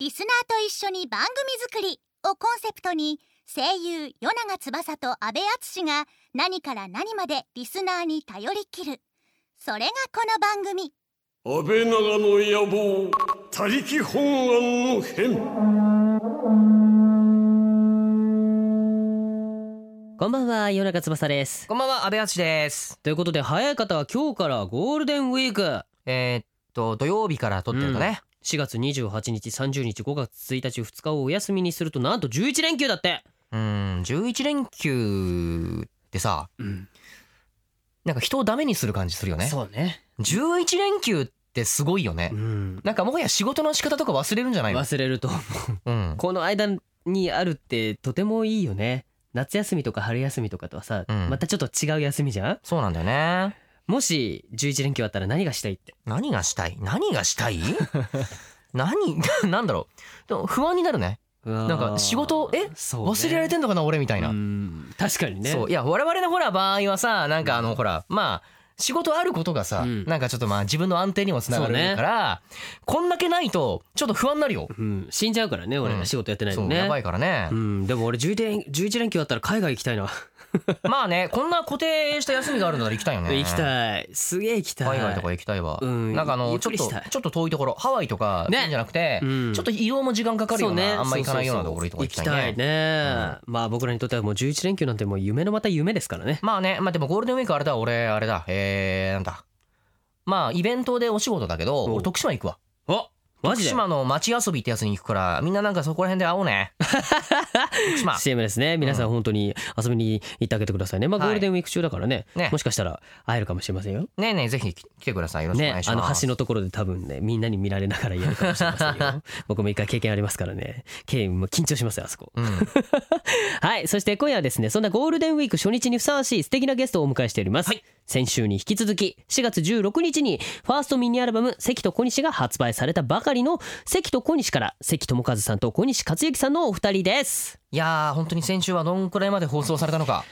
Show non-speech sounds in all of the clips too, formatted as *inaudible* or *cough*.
リスナーと一緒に番組作り」をコンセプトに声優与永翼と阿部淳が何から何までリスナーに頼りきるそれがこの番組安倍長の野望他力本願の変こんばんは、夜中翼です。こんばんは、安倍敦です。ということで、早い方は今日からゴールデンウィーク。えーっと、土曜日から撮ってるとね。 4月28日、30日、5月1日、2日をお休みにすると、なんと11連休だって。うーん、11連休ってさ、なんか人をダメにする感じするよね。うね。 11連休ってすごいよねう。ん。なんかもはや仕事の仕方とか忘れるんじゃないの忘れると、 *laughs* うん。この間にあるってとてもいいよね。夏休みとか春休みとかとはさ、うんまたちょっと違う休みじゃんそうなんだよね。もし11連休あったら何がしたいって。何がしたい何 *laughs* がしたい何 *laughs* なんだろうでも不安になるね。なんか仕事えそうね忘れられてんのかな俺みたいなう。ん確かにね。そういや我々のほら場合はさなんかあのほらまあ仕事あることがさ、うんなんかちょっとまあ自分の安定にもつながるから、こんだけないとちょっと不安になるよ。うん。死んじゃうからね、俺ら仕事やってないそのうね。やばいからねう。ん、でも俺11連11連休あったら海外行きたいな、まあねこんな固定した休みがあるなら行きたいよね。行きたいすげえ行きたい海外とか行きたいわ。うんなんかあゆのっちくょっりとしたいちょっと遠いところハワイとか、ねそうじゃなくて、うんちょっと移動も時間かかるようなあんま行かないようなところいいとこ行行ききたいたね。いね、まあ僕らにとってはもう11連休なんてもう夢のまた夢ですからねまあねまあでもゴールデンウィークあれだ俺あれだえー、なんだまあイベントでお仕事だけどおう俺徳島行くわ。あマ徳ジで島の町遊びってやつに行くからみんななんかそこら辺で会おうね徳島 CM ですね皆さん本当に遊びに行ってあげてくださいねまあはいゴールデンウィーク中だからね,、ねもしかしたら会えるかもしれませんよねえねえぜひ来てくださいよろしくお願ねいしあのます橋のところで多分ねみんなに見られながらやるかもしれません *laughs* よ僕も一回経験ありますからね経もう緊張しますよあそこうん *laughs* はいそして今夜はですねそんなゴールデンウィーク初日にふさわしい素敵なゲストをお迎えしております、はい先週に引き続き4月16日にファーストミニアルバム「関と小西」が発売されたばかりの関と小西から関智一さんと小西克幸さんのお二人ですいやー本当に先週はどんくらいまで放送されたのか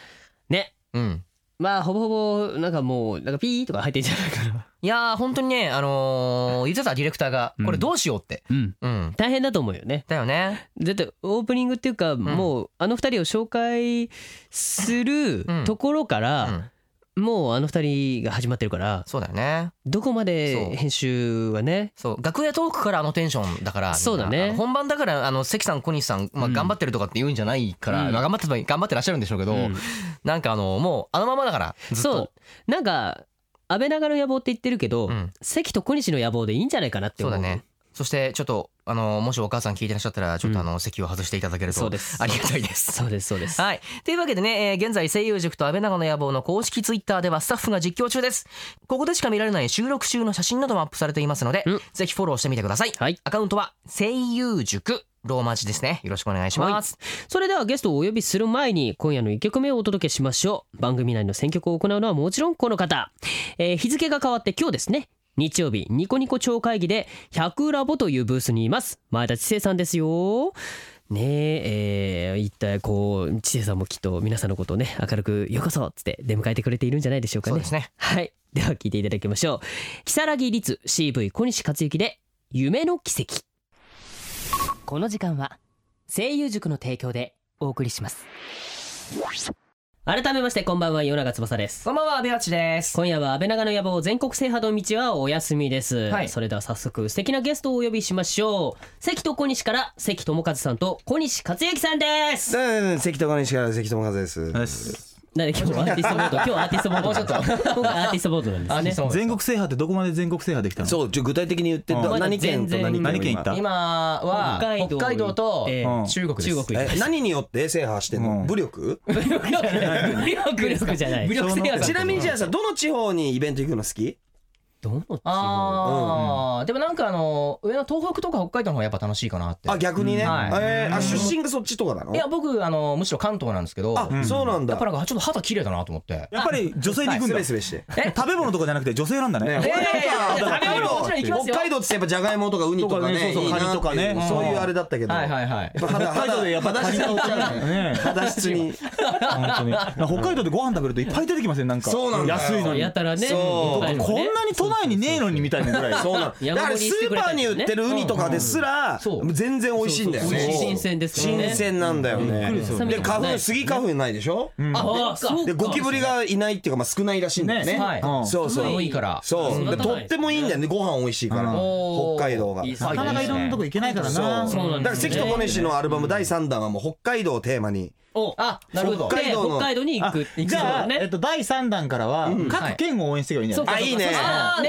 ねうんまあほぼほぼなんかもうなんかピーとか入ってんじゃないかないやー本当にねあのー、言ってたディレクターがうんこれどうしようってうんうん、大変だと思うよねだよねだってオープニングっていうかもうあの二人を紹介するうんところかうらんもうあの二人が始まってるからそうだよねどこまそでう編集はねそう楽屋トークからあのテンションだからみんなそうだねあの本番だからあの関さん小西さん、まあ、うん頑張ってるとかって言うんじゃないから、うんまあ頑張ってた頑張ってらっしゃるんでしょうけど、うんなんかあのもうあのままだからずっとそうなんか安倍長の野望って言ってるけど、うん関と小西の野望でいいんじゃないかなってそう思うだねそしてちょっとあのもしお母さん聞いてらっしゃったらちょっとあの、席を外していただけるとそうですありがたいです。そうですそうですはいというわけでね、えー現在声優塾と安倍長の野望の公式ツイッターではスタッフが実況中ですここでしか見られない収録中の写真などもアップされていますので、うんぜひフォローしてみてください、はいアカウントは声優塾ローマ字ですねよろしくお願いします、それではゲストをお呼びする前に今夜の1曲目をお届けしましょう番組内の選曲を行うのはもちろんこの方、えー日付が変わって今日ですね日曜日ニコニコ超会議で100ラボというブースにいます前田知世さんですよねええー一体こう知世さんもきっと皆さんのことをね明るく「ようこそ」っつって出迎えてくれているんじゃないでしょうかそうねですねはい。では聞いていただきましょう。如月律 CV 小西克幸で夢の奇跡。この時間は声優塾の提供でお送りします。改めましてこんばんは夜長翼です。こんばんは安倍八です今夜は安倍長の野望全国制覇の道はお休みです、はいそれでは早速素敵なゲストをお呼びしましょう関と小西から関智一さんと小西克幸さんですうん、関友西から関友和です。なんで今日アーティストボード今日アーティストボードもうちょっと今回アーティストボードなんですねそう全国制覇ってどこまで全国制覇できたのそう、ちょ具体的に言ってうんどまだ何県と何県何県行今った今は北海道とえー中国です中国え何によって制覇してんの、うん武力武力じゃない武力じゃない武力力制制覇覇ちなみにじゃあさどの地方にイベント行くの好きどの地方あー、でもなんかあの上の東北とか北海道の方がやっぱ楽しいかなってあ逆にね、うんはいえーあ出身がそっちとかなのいや僕あのむしろ関東なんですけどあ、やっそうなんだぱなんかちょっと肌綺麗だなと思ってやっぱり女性に行くんスだベスベして食べ物とかじゃなくて女性なんだねねいやいやいや北海道食べ物もちろん行きますよ北海道ってやっぱじゃがいもとかウニとかねとかねそうそういいなっていうカニとかねそういうあれだったけど、はいはいはいやっぱ肌北海道でやっぱ肌質に行っちゃうねね肌質に本当に北海道でご飯食べるといっぱい出てきませんなんかそうなんだよ安いのにやたらねそう北海道こんなに東都内にねえのにみたいなぐらいそうなのだ山から盛りスしてくーれパたりーねに売ってるウニとかですうらんうんそう全然美味しいんだよそうそうねそう新鮮ですからね新鮮なんだよねびっくりするで花粉スギ花粉ないでしょああそうでゴキブリがいないっていうかまあ少ないらしいんだよねねはいうんそうそう寒いからそうで育たとないってもいいんだよねご飯美味しいからおー北海道がいいっすなかなかいろんなとこ行けないからなそうそうなんだでからすよね関智氏のアルバム第3弾はもう北海道をテーマにおあなるほど北海道北北海海道に行あく行くじゃあ、ねえっと、第3弾からは各県を応援していけばいいんじゃないあいいねあ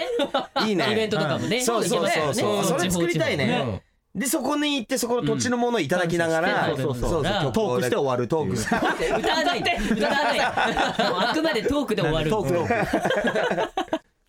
ねいいねイベントとかもねそうそうそうそうそ行けばいいよねれ作りたいねでそこに行ってそこの土地のものをいただきながらうんそうそうそそうそうそうう曲をトークして終わるトークして歌わない歌わないもうあくまでトークで終わるトークトーク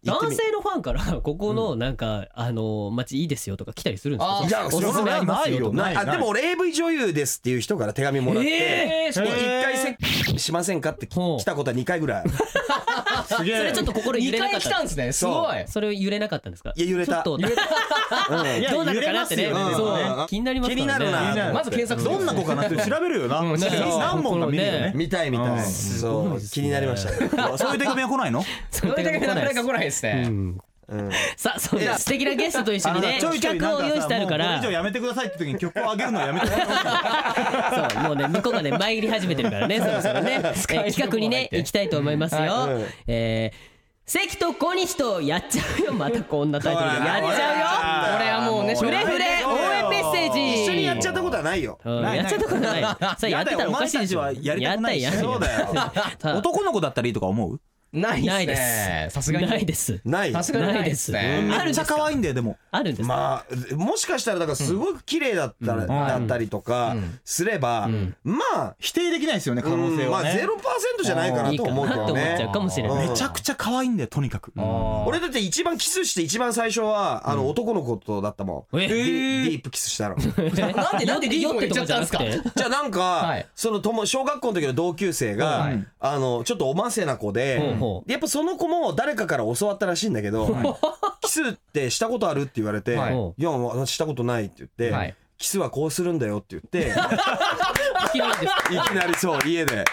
男性のファンからここのなんかあの街いいですよとか来たりするんですかいやそれそれはないよないあでも俺 AV 女優ですっていう人から手紙もらって、えーその一回せっしませんかってきほう来たことは2回ぐらいすげえそれちょっと心揺二れなか回っ来たたんですねすごいそれ揺れなかったんですかいや揺れたちょっとうんどうなるかなってね揺れますよそううん気になります気からねになるなまず検索するどんな子かなって調べるよなうん調べる何問か見るよね見たい見たういんそう気になりましたねそういう手紙は来ないのそそのれ手だがけ来なかないでなすか来ないですねうんさあそんな素敵なゲストと一緒にねちょい企ちょい画をなんかさ用意してあるかもうらこれ以上やめてくださいって時に曲を上げるのやめてくださいそうもうね向こうがね参り始めてるからねそろそろね、えー企画にね行きたいと思いますよ、えー関と小西とやっちゃうよまたこんなタイトルでやっちゃうよこれはもうねフレフレ応援メッセージ一緒にやっちゃったことはないようんないやっちゃったことないさあやってたらおかしいでしょやだよお前たちはやりたくないしやったそうだよ *laughs* ただ *laughs* 男の子だったらいいとか思うないないでですねすさすがにないですないさすがにないですねめっちゃ可愛いんだよでもあるんですかまあもしかしたらだからすごく綺麗だったら、だったりとかすれば、まあ、否定できないですよね可う能ん性まあはね0%じゃないかないいとか思うけなどと思っちゃねう。かもしれないうんめちゃくちゃ可愛いんだよとにかく *laughs* 俺だって一番キスして一番最初はあの男の子とだったもん、えディディープキスしたのじなんでなんでリ酔ンゴって言っとちゃかっじゃたんなでくすかてゃあなんか、はいその友小学校の時の同級生が、はいあのちょっとおませな子で、ほうほうでやっぱその子も誰かから教わったらしいんだけど、キスってしたことあるって言われて「、はいいや私したことない」って言って、はいキスはこうするんだよ」って言って。広 *laughs* いですいきなりそう家で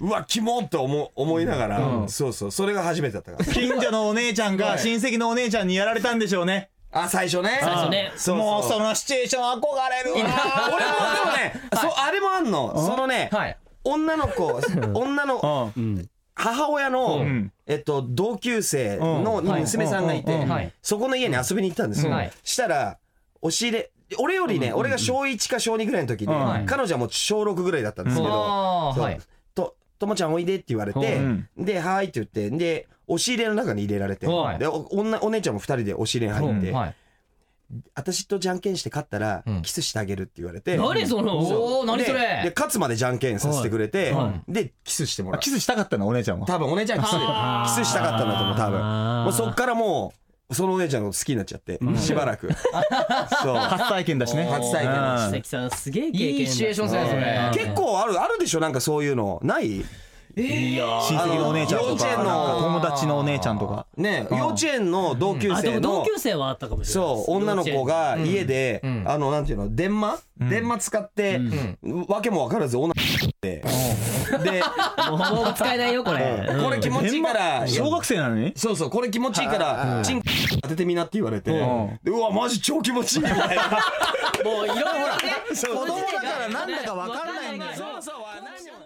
うわキモンと思思いながら、そうそうそれが初めてだったから近所のお姉ちゃんが親戚のお姉ちゃんにやられたんでしょうねあ最初ね初ねあそうもうそののシチュエーション憧れるわ俺もでもね、そうあれもあんのそのね、はい女の子女のうん母親の、んえっと、同級生のに娘さんがいて、うんはいそこの家に遊びに行ったんですよ、はいしたら押し入れ俺よりね、俺が小1か小2ぐらいの時に、うん彼女はもう小6ぐらいだったんですけど、あーそうはいと、ともちゃんおいでって言われて、うんで、はーいって言って、で、押し入れの中に入れられて、はいで、お女お姉ちゃんも二人で押し入れに入って、はい私とじゃんけんして勝ったら、うんキスしてあげるって言われて、何そのおお何そででれ勝つまでじゃんけんさせてくれて、で、キスしてもらあう。キスしたかったのお姉ちゃんは多分お姉ちゃんキス、あーキスしたかったんだと思う、多分。あーもうそっからもう、そのお姉ちゃんのこと好きになっちゃって、しばらく。そう。初体験だしね初体験だうん関さんすげえ経験いいシチュエーションですねそれ結構ある、あるでしょなんかそういうの。ない親戚のお姉ちゃんとかあの幼稚園のなんか友達のお姉ちゃんとかね幼稚園の同級あで生もの同級生はあったかもしれないそう女の子が家で、あのなんていうの電話、電話使って、わけも分からず女ってで、もう使えないよこれこれ気持ちいいから小学生なのにそうそうこれ気持ちいいからチン当ててみなって言われて、ううんでうわマジ超気持ちいいみたいなもういろいろほらそう子供だからなんだか分かんないんだよそうそう何を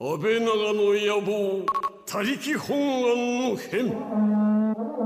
安倍長の野望他力本願の変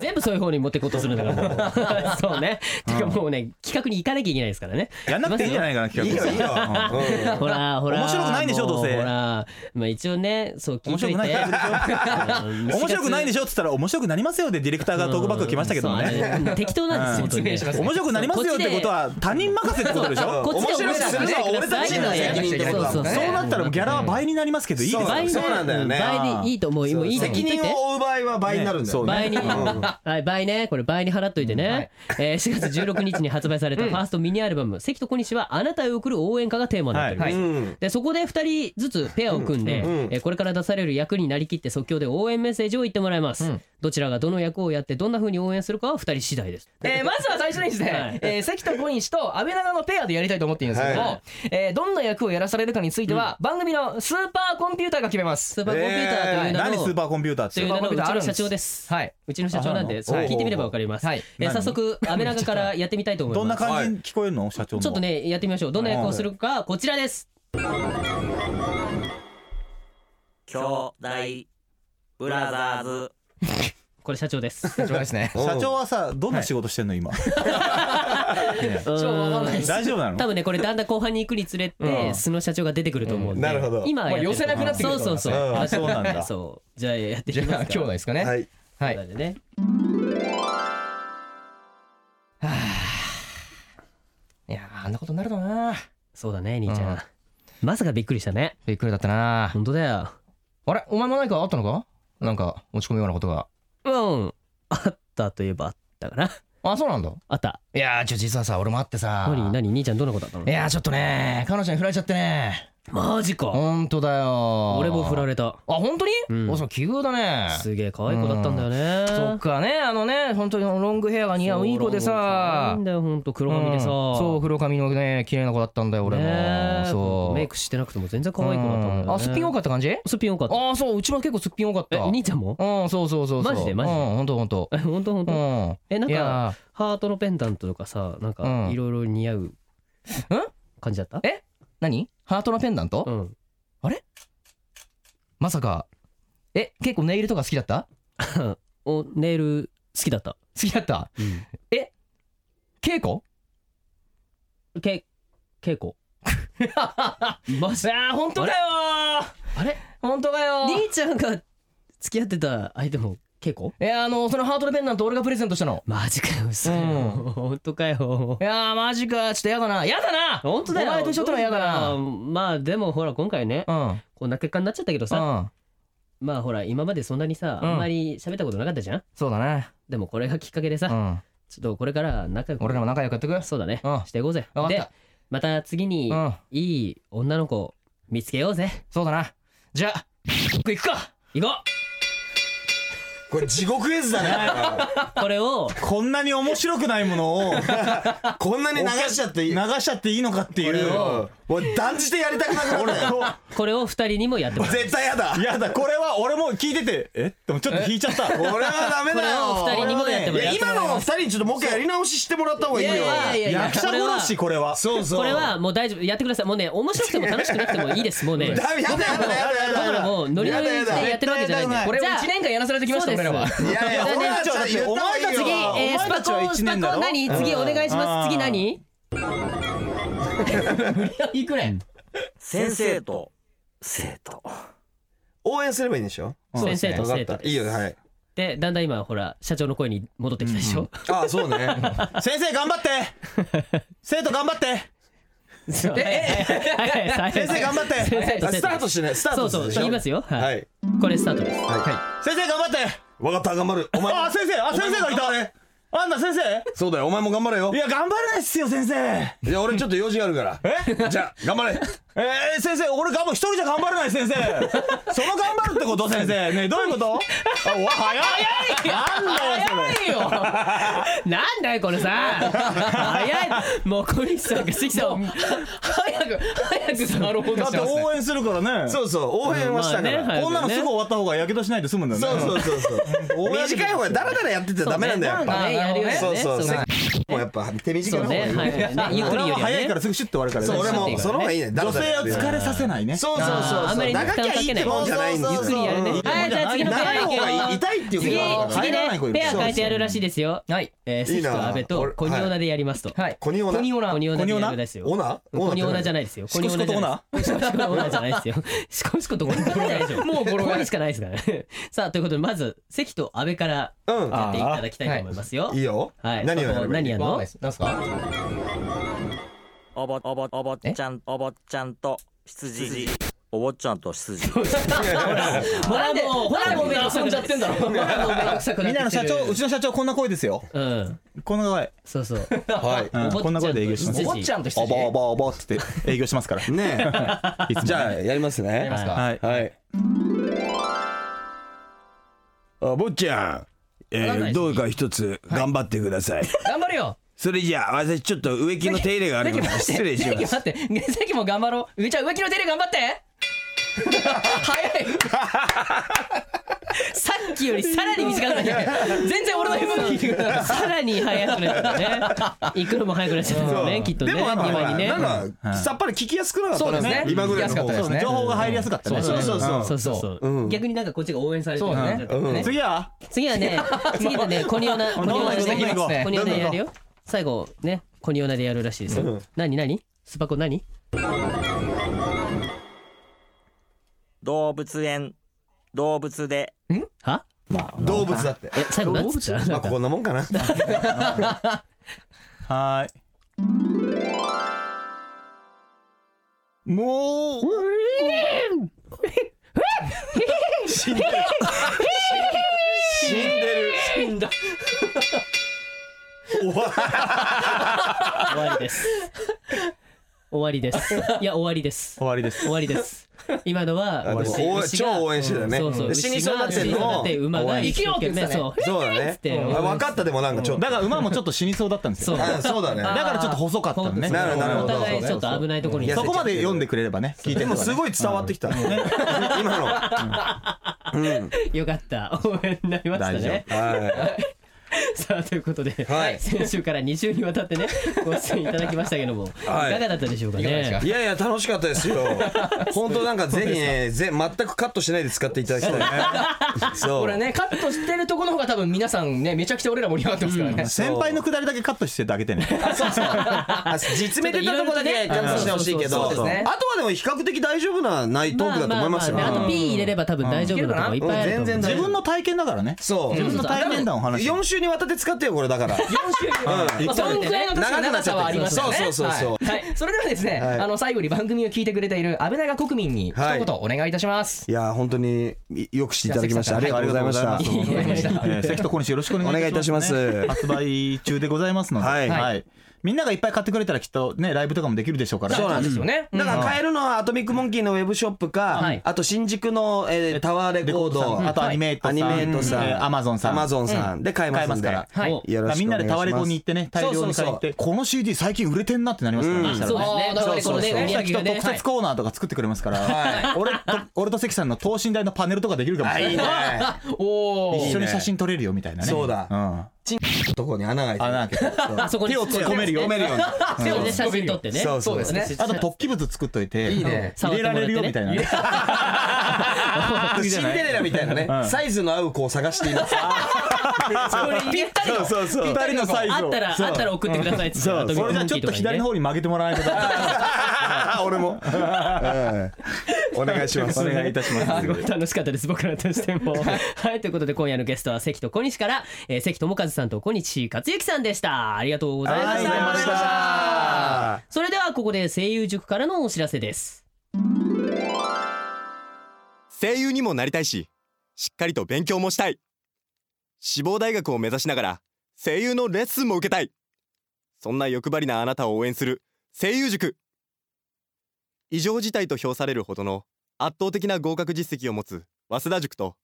全部そういう方に持ってこうとするんだからも *laughs* うそうねてかもうね企画に行かなきゃいけないですからねやんなくていいんじゃないかな企いいよ画いいよ、うんほらほら面白くないんでしょどうせもほらまあ一応ねそう聞い面と白いくないて面白くないんでししょっつったら面白くなりますよでディレクターがトークバック来ましたけどもね適当なんです本当にね説明します面白くなりますよってことは他人任せってことでしょこっちで面白くするのは俺たちの責任ってことだもんねそうなったらギャラは倍になりますけどいいですよ倍そうなんだよね倍でいいと思うもういいと思う責言っといて任を負う場合は倍になるんだよ、ね倍に、はい、倍ね、これ倍に払っといてね。えー4月16日に発売されたファーストミニアルバム、関と小西はあなたへ送る応援歌がテーマになっております。はいうんでそこで2人ずつペアを組んで、えーこれから出される役になりきって即興で応援メッセージを言ってもらいます、どちらがどの役をやってどんな風に応援するかは二人次第ですえーまずは最初にですね、はいえー関田小西と安倍長のペアでやりたいと思っているんですけども、はえーどんな役をやらされるかについては、番組のスーパーコンピューターが決めますスーパーコンピューターという名の、何スーとパーコンピューターっいてう名のうちあのるんです社長ですはい、うちの社長なんでそうなんだ聞いてみればわかります、はいえー何早速安倍長からやってみたいと思いますどんな感じに聞こえるの社長のちょっとねやってみましょうどんな役をするかこちらです兄弟ブラザーズ *laughs* これ社長です *laughs* 社長 *laughs* ですね社長はさどんな仕事してんの今長わかんないです *laughs* 大丈夫なの多分ねこれだんだん後半に行くにつれて、うん素の社長が出てくると思うんで、なるほど今はやってるもう寄せなくなってくるそうそうそう、うんあそうなんだそうじゃあやっていじきゃまあすか兄弟ですかねは、はいいなんでねいやーあんなことになるだろうなそうだね兄ちゃん、うんまさかびっくりしたねびっくりだったな本当だよあれお前も何かあったのかなんか落ち込むようなことがうんあったといえばあったかなあそうなんだあったいやーちょ実はさ俺もあってさ何何兄ちゃんどんなことあったのいやーちょっとね彼女に振られちゃってねマジかほんとだよ俺も振られれたあ本当に、うんおそう奇遇だねすげえ可愛い子だったんだよねそっかねあのね本当にロングヘアが似合ういい子でそう可さ愛いんだよ本当黒髪でさ、うんそう黒髪のね綺麗な子だったんだよ俺も、ねえそうメイクしてなくても全然可愛い子だったんだよ、ねうんあすっぴん多かった感じすっぴん多かったああそううちも結構すっぴん多かったえ兄ちゃんもうんそうそうそうそうマジでマジでうんほんとほんとえ本当本う当んえなんいかやハートのペンダントとかさなんうかんいろいろ似合う感じだったえー何ハートのペンダント、うんまさかえ結構ネイルとか好きだったおネイル好きだった好きだった稽古け稽 *laughs* 古マジあー本当だよあれ本当だよ兄ちゃんが付き合ってた相手も稽古いやあのそのハートのペンダント俺がプレゼントしたのマジかよ嘘うん本当かよいやーマジかちょっとやだなやだな本当だよお前と一緒ってのはやだなまあでもほら今回ねうんうんこんな結果になっちゃったけどさまあほら今までそんなにさうんあんまり喋ったことなかったじゃんそうだねでもこれがきっかけでうさんちょっとこれから仲良く俺らも仲良くやってくそうだねうんしていこうぜわかったでまた次にうんいい女の子を見つけよう *laughs* ぜそうだなじゃあ行くか行ここれ地獄絵図だねうこれをこんなに面白くないもの *laughs* をこんなに流しちゃっていい流しちゃっていいのかっていうもう断じてやりたくなくなったよこれを二人にもやってもらう絶対やだ *laughs* いやだこれは俺も聞いててえでもちょっと引いちゃっこたれはダメだよこれを二人にもやってもらういや今の二人にちょっともう一回やり直ししてもらった方がいいよいやいやいやいや役者殺しこれはそうそうこれはもう大丈夫やってくださいもうね面白くても楽しくなくてもいいですもう *laughs* ねだやだやだやだだかやらだもうノリノリでやってるわけじゃないんでこれをじゃあ1年間やらされてきましたそうで俺すらはいやいや俺はちょっと言った方がいいよ次えース前パたちはコンス一パコ年ンだろ何次お願いします次何いくね先生と生徒応援すればいいんでしょ先生とわか生っ徒たですいいよはいでだんだん今ほら社長の声に戻ってきたでしょああそうね先生頑張って生徒頑張ってそうはいはいはい先生頑張って先生と生ス徒タートしてねスターそうトそうして言いねますよははいいこれスタートです *laughs* は先生頑張っていわかった頑張るお前あ先生あ先生がいお前も頑張たれあんな先生そうだよお前も頑張れよいや頑張れないっすよ先生えいや俺ちょっと用事があるから *laughs* じゃあ頑張れー、先生俺頑張一人じゃ頑張れない先生その頑張るってこと先生ねえどういうことあわ早いなんだよそれいいよなんだよこれさ早いもう小西さんが関さんを早く早くなるほだって応援するからね *laughs* そうそう応援はしたかまあねらはいこんなのすぐ終わった方がやけどしないで済むんだよねそうそうそう *laughs* そう短い方がダラダラやっててダメなんだよやっぱそうねやるよねそうそうそそううもうやっぱ手短いそのうね方がいいはいはいねゆっくり俺よはりは早いねからすぐシュッと終わるからそう俺もその方がいいねダラ女ダラ性やをってる疲れさせないねそうそうそうあーあんそまりうね長きゃいいってもんじゃないんですゆっくりやるねそうそうはいじゃあ次のペア長い方がいくよ痛いっていう次ことだから次入らないね子いるペア変えてやるらしいですよはいえーい関いなと阿部と俺コニオナでやりますとはいコニオナコニオナコニオナでやるですよオナコニオナじゃないないですよシコシコとオナコニオナじゃないですシコシコとオナじゃないですよシコシコとオナじゃないでしょもう転がるこれしかないですから *laughs* ねさあということでまず関と阿部からうんやっていただきたいと思いますよいいよはい何をやればいい何やるわかんのないですなんすかおぼおぼおぼちゃんおぼちゃんと羊おぼちゃんと羊ほらもうほらもうめんどくさくなってきてるほらもうめんどくさくなみんなっのてき社てる長うちの社長こんな声ですようんこんな声そうそうはうんお坊ちゃんとこんな声で営業しますお坊ちゃんとしておばおばおばって営業しますから *laughs* いねいつもえじゃあやりますねますかはいはい。あ、坊ちゃん、えわかんないでーすどうか一つ頑張ってく *laughs* ださい。頑張るよそれじゃあ、私ちょっと植木の手入れがある *laughs* ので、失礼しさっきます。待ってさっきも頑張ろう上ちゃん植木の手入れ頑張って早 *laughs* いさっきよりさらに短くなっちゃう全然俺の MV さらに早くなっちゃうね行くのも早くなっちゃうもんねきっとねでもなんかほ今にらねなんかさっぱり聞きやすくなかっそたうですね今ぐらいの方聞きやすかったですね情報が入りやすかったね。そうそうそうそうそうそう、逆になんかこっちが応援されてるそうね感じだったね次は次は *laughs* ね次はねコニオナコニオナでどんどん行こうコニオナでやるよ最後ねコニオナでやるらしいですよ何何スパコ何動物園動物では動物だってえ最後何つったまあこんなもんかなはーい。もう。死んでる死 *laughs* んだ終わりです終わりですいや終わりです終わりです。終わりです今のはあでも牛応援牛が超応援してたねそうそうで死にそうになってんの牛がも死にそうにな馬が生きようってねそうそうだねてあ分かったでもなんかちょっとだから馬もちょっと死にそうだったんですよ。そうだあそうだねからちょっと細かったのね。なるほどなるほおど互いちょっと危ないところにいやそこまで読んでくれればね、聞いてでればもねすごい伝わってきたね今のよかった応援になりました大丈夫ねはさあということで、はい先週から2週にわたってねご出演いただきましたけども、はいい、かがだったでしょうかねいいやいや楽しかったです *laughs* よ本当なんかぜひねぜ全くカットしないで使っていただき *laughs* たいそうこれねカットしてるとこの方が多分皆さんねめちゃくちゃ俺ら盛り上がってますからね、先輩のくだりだけカットしててあげ *laughs* てね。あ実名出たとこだけカットしてほしいけどそうあそうそうとはでも比較的大丈夫なないトークだと思いますよまあまあまあねあと P 入れれば多分大丈夫なところいっぱいあると思ううん全然自分の体験だからね。そう自分の体験談を話して。 4週にわたって使ってよこれだからまあそんくらいの確かに長さはありますよね長くなっちゃってるそうそうそうそうはいはいそれではですね、はいあの最後に番組を聞いてくれている安倍長国民に一はい言お願いいたします、いや本当によくしていただきましたあじりゃあがとうございましたありがとうございま *laughs* した。えー関と小西よろしくお願いお願いいたします発売中でございますので。はいはい。みんながいっぱい買ってくれたらきっとね、ライブとかもできるでしょうからね。そうなんですよね、だから買えるのはアトミックモンキーのウェブショップか、はいあと新宿の、えータワーレコード、あとアニメートさん。アニメートさん、えーアマゾンさん。アマゾンさんで買えますんで買えますはいよろしくお願いしますみんなでタワレコに行ってね、大量に買いに行って、この CD 最近売れてんなってなりますからね。うんしたらそうですねあーなるほどこのねそうそうそう売り上げきっがとね特設コーナーとか作ってくれますから、 *laughs* 俺と俺と関さんの等身大のパネルとかできるかもしあいれいね *laughs* ない。おおいいね一緒に写真撮れるよみたいなね。そうだん。とこに穴が開いてる *laughs* 穴開けてあそこに手を突っ込めるよ *laughs* 突っ込ようにめるように写真撮ってねそうそうそうですねあと突起物作っといて、いいね入れられるよみたいなね。 *laughs* シンデレラみたいなね、サイズの合う子を探していますこれぴったりのそうそう二人のサイズあを。ったらあったら送ってくださいっつってそうそれじゃちょっと左の方方に曲げてもらわないとダ *laughs* メ俺も、うんお願いしますお願いいたしますすごい楽しかったです僕らとしても *laughs* はいということで今夜のゲストは関と小西から、えー、関智和さんと小西克幸さんでしたありがとうございましたありがとうございましたそれではここで声優塾からのお知らせです声優にもなりたいししっかりと勉強もしたい志望大学を目指しながら声優のレッスンも受けたいそんな欲張りなあなたを応援する声優塾異常事態と評されるほどの圧倒的な合格実績を持つ早稲田塾と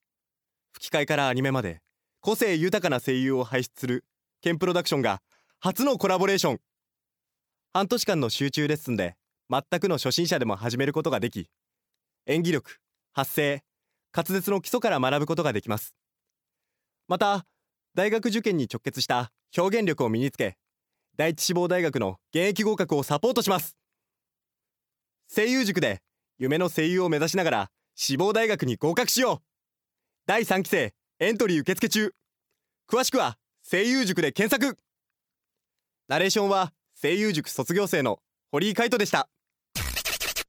吹き替えからアニメまで個性豊かな声優を輩出するケンプロダクションが初のコラボレーション半年間の集中レッスンで全くの初心者でも始めることができ演技力発声滑舌の基礎から学ぶことができますまた大学受験に直結した表現力を身につけ第一志望大学の現役合格をサポートします声優塾で夢の声優を目指しながら志望大学に合格しよう第3期生エントリー受付中詳しくは声優塾で検索ナレーションは声優塾卒業生の堀井海斗でした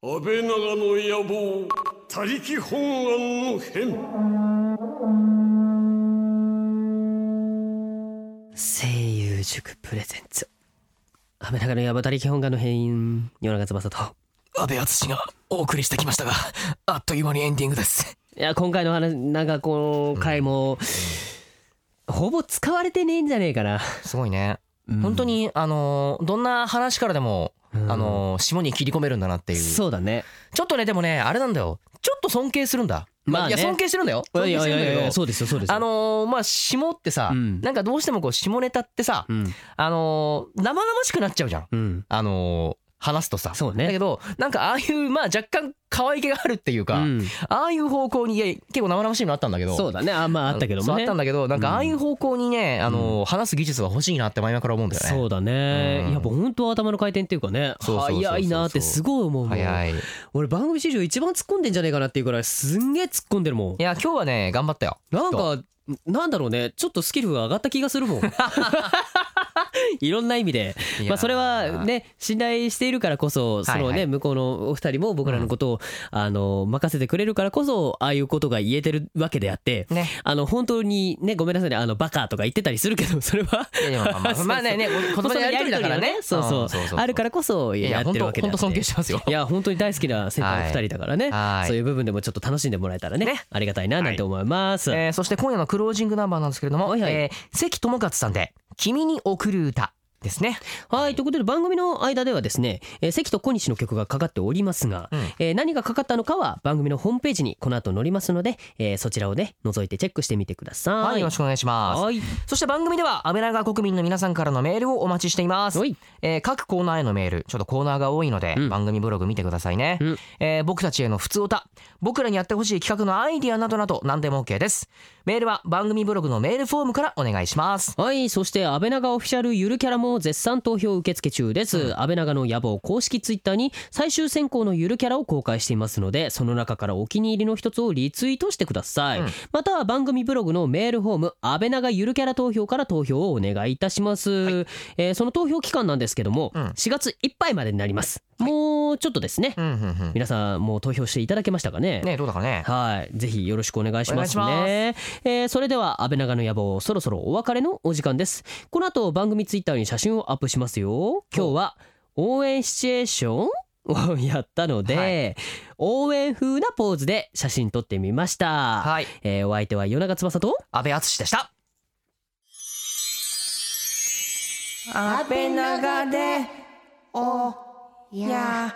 安倍長の野望他力本願の変声優塾プレゼンツ雨長の矢たり基本がの閉院夜中翼と安倍敦がお送りしてきましたがあっという間にエンディングですいや今回の話なんかこの回も、ほぼ使われてねえんじゃねえかなすごいね、本当にあのーどんな話からでもあのー霜に切り込めるんだなっていうそうだねちょっとねでもねあれなんだよちょっと尊敬するんだまあねいや尊敬してるんだよい尊やい敬しやているんだやいけやどそうですよそうですよあのーまあ霜ってさ、うんなんかどうしてもこう霜ネタってさ、うんあのー生々しくなっちゃうじゃんうんあのー話すとさそうねだけどなんかああいうまあ若干可愛げがあるっていううか、んああいう方向にいや結構生々しいのあったんだけどそうだねあまああったけどもそうあねったんだけどなんかああいう方向にね、あのー話す技術が欲しいなって前々から思うんだよねそうだね、うんやっぱ本当頭の回転っていうかねそうそうそうそう早いなってすごい思うもん早いい俺番組史上一番突っ込んでんじゃねえかなっていうくらいすんげえ突っ込んでるもんや今日はね頑張ったよなんかなんだろうねちょっとスキルが上がった気がするもん *laughs* いろんな意味でいやーまあ、それはね信頼しているからこそそのね、はいはい向こうのお二人も僕らのことを、あの任せてくれるからこそああいうことが言えてるわけであってねあの本当にねごめんなさいねあのバカとか言ってたりするけ *laughs* どそ *laughs* れはいやいやまあまあまあねね言葉のやり取りだからねそうそう,、んあるからこそいやいややって本る当わけであ本って当尊敬してますよいや本当に大好きな先輩の二人だからね、はいそういう部分でもちょっと楽しんでもらえたらねねありがたいななんて思います、えーそして今夜のクロージングナンバーなんですけれども、はいはいえー関智勝さんで「君に贈る歌」ですね。はいということで番組の間ではですね、えー関と小西の曲がかかっておりますが、うんえー何がかかったのかは番組のホームページにこの後載りますので、えーそちらをね覗いてチェックしてみてください。はい、よろしくお願いします。はいそして番組では安倍長国民の皆さんからのメールをお待ちしていますはい。えー各コーナーへのメール、ちょっとコーナーが多いので、うん番組ブログ見てくださいね。うんえー僕たちへの普通歌、僕らにやってほしい企画のアイディアなどなど何でも OK です。メールは番組ブログのメールフォームからお願いします。はいそして安倍長オフィシャルゆるキャラも絶賛投票受付中です、安倍長の野望公式ツイッターに最終選考のゆるキャラを公開していますのでその中からお気に入りの一つをリツイートしてください、うんまたは番組ブログのメールフォーム安倍長ゆるキャラ投票から投票をお願いいたします、えーその投票期間なんですけども、うん4月いっぱいまでになります、もうちょっとですね、うん、うん、うん。皆さんもう投票していただけましたかねねどうだかね。はい、ぜひよろしくお願いしますお願ね。えーそれでは安倍長の野望、そろそろお別れのお時間です。この後番組ツイッターに写真をアップしますよ。今日は応援シチュエーションを *laughs* やったので、は応援風なポーズで写真撮ってみました。はい。えーお相手は夜長翼と安倍敦でした。安倍長でおや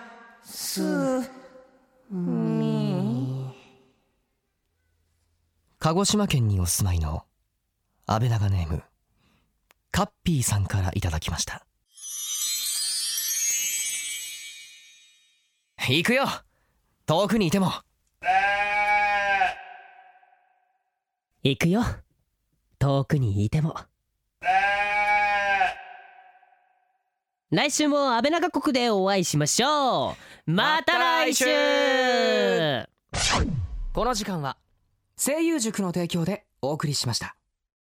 鹿児島県にお住まいの安倍長ネームカッピーさんからいただきました行くよ遠くにいても行くよ。遠くにいても。来週も安倍長国でお会いしましょう。また来週まこの時間は声優塾の提供でお送りしました